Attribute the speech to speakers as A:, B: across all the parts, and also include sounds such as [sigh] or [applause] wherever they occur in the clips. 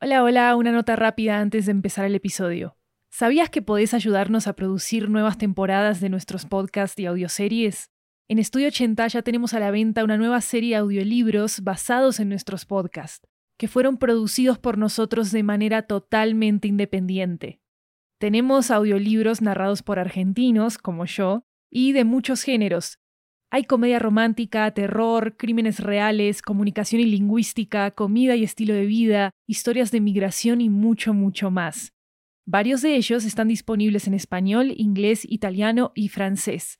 A: Hola, hola, una nota rápida antes de empezar el episodio. ¿Sabías que podés ayudarnos a producir nuevas temporadas de nuestros podcasts y audioseries? En Estudio 80 ya tenemos a la venta una nueva serie de audiolibros basados en nuestros podcasts, que fueron producidos por nosotros de manera totalmente independiente. Tenemos audiolibros narrados por argentinos, como yo, y de muchos géneros, hay comedia romántica, terror, crímenes reales, comunicación y lingüística, comida y estilo de vida, historias de migración y mucho, mucho más. Varios de ellos están disponibles en español, inglés, italiano y francés.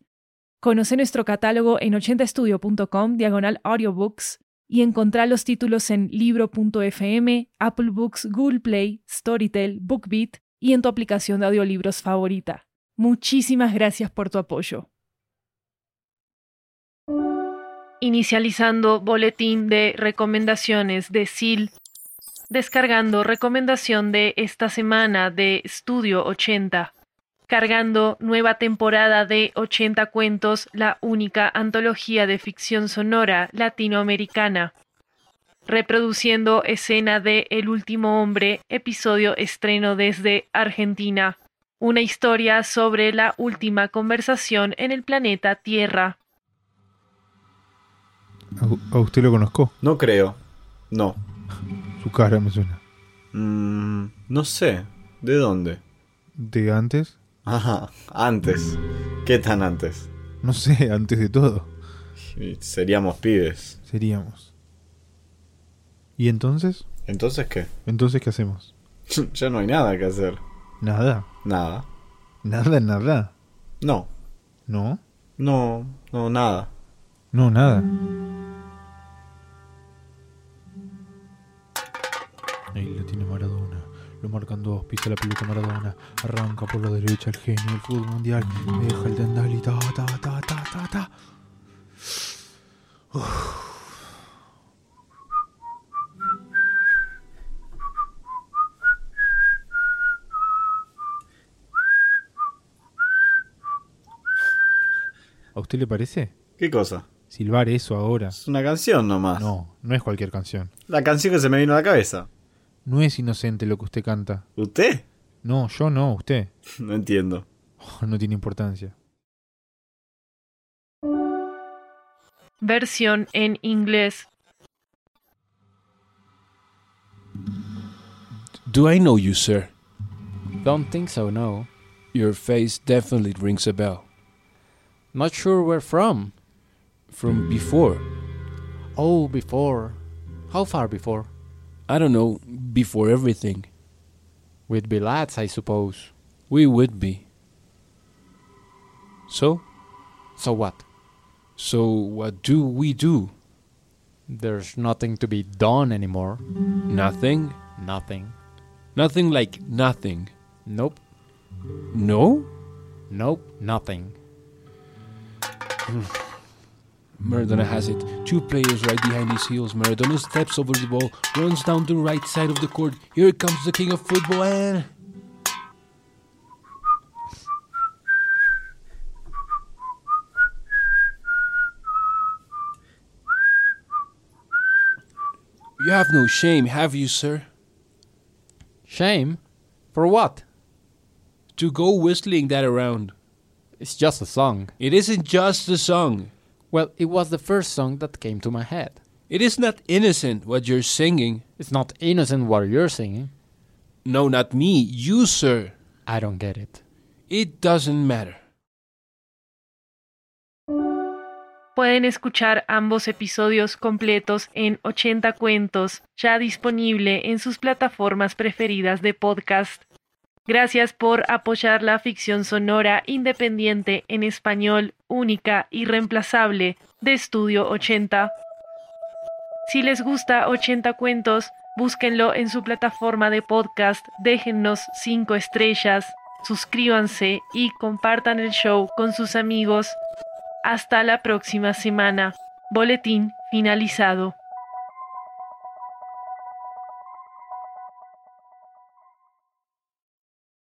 A: Conoce nuestro catálogo en 80estudio.com diagonal audiobooks y encontrá los títulos en libro.fm, Apple Books, Google Play, Storytel, BookBeat y en tu aplicación de audiolibros favorita. Muchísimas gracias por tu apoyo. Inicializando boletín de recomendaciones de SIL. Descargando recomendación de esta semana de Estudio 80. Cargando nueva temporada de 80 cuentos, la única antología de ficción sonora latinoamericana. Reproduciendo escena de El último hombre, episodio estreno desde Argentina. Una historia sobre la última conversación en el planeta Tierra.
B: ¿A- ¿A usted lo conozco?
C: No creo. No.
B: Su cara me suena.
C: Mm, no sé. ¿De dónde?
B: ¿De antes?
C: Ajá, antes. ¿Qué tan antes?
B: No sé, [laughs] antes de todo.
C: Y Seríamos pibes.
B: Seríamos. ¿Y entonces?
C: ¿Entonces qué? [laughs]
B: ¿Entonces qué hacemos?
C: ya no hay nada que hacer.
B: Nada.
C: Nada.
B: Nada, nada.
C: No.
B: ¿No?
C: No, no, nada.
B: No, nada. Ahí la tiene Maradona. Lo marcan dos, pisa la pelota Maradona. Arranca por la derecha el genio del fútbol mundial. Deja el tendal y ta, ta, ta, ta, ta, ta. ¿A usted le parece?
C: ¿Qué cosa?
B: Silbar eso ahora.
C: Es una canción nomás.
B: No, no es cualquier canción.
C: La canción que se me vino a la cabeza.
B: No es inocente lo que usted canta.
C: ¿Usted? [laughs]
B: No, yo no, usted.
C: No entiendo.
B: Oh, no tiene importancia.
A: Versión en inglés.
D: Do I know you, sir? Don't think so, no. Your face definitely rings a bell. Not sure where from. From before.
E: Oh, before. How far before?
D: I don't know, before everything.
E: We'd be lads, I suppose.
D: We would be. So?
E: So what?
D: So what do we do?
E: There's nothing to be done anymore.
D: Nothing?
E: Nothing.
D: Nothing like nothing.
E: Nope.
D: No?
E: Nope. Nothing.
D: Maradona has it. Two players right behind his heels. Maradona steps over the ball, runs down the right side of the court. Here comes the king of football and. You have no shame, have you, sir?
E: Shame? For what?
D: To go whistling that around.
E: It's just a song.
D: It isn't just a song.
E: Well, it was the first song that came to my head.
D: It is not innocent what you're singing.
E: It's not innocent what you're singing.
D: No, not me, you, sir.
E: I don't get it.
D: It doesn't matter.
A: Pueden escuchar ambos episodios completos en 80 cuentos, ya disponible en sus plataformas preferidas de podcast. Gracias por apoyar la ficción sonora independiente en español, única y reemplazable de Estudio 80. Si les gusta 80 cuentos, búsquenlo en su plataforma de podcast, déjennos 5 estrellas, suscríbanse y compartan el show con sus amigos. Hasta la próxima semana. Boletín finalizado.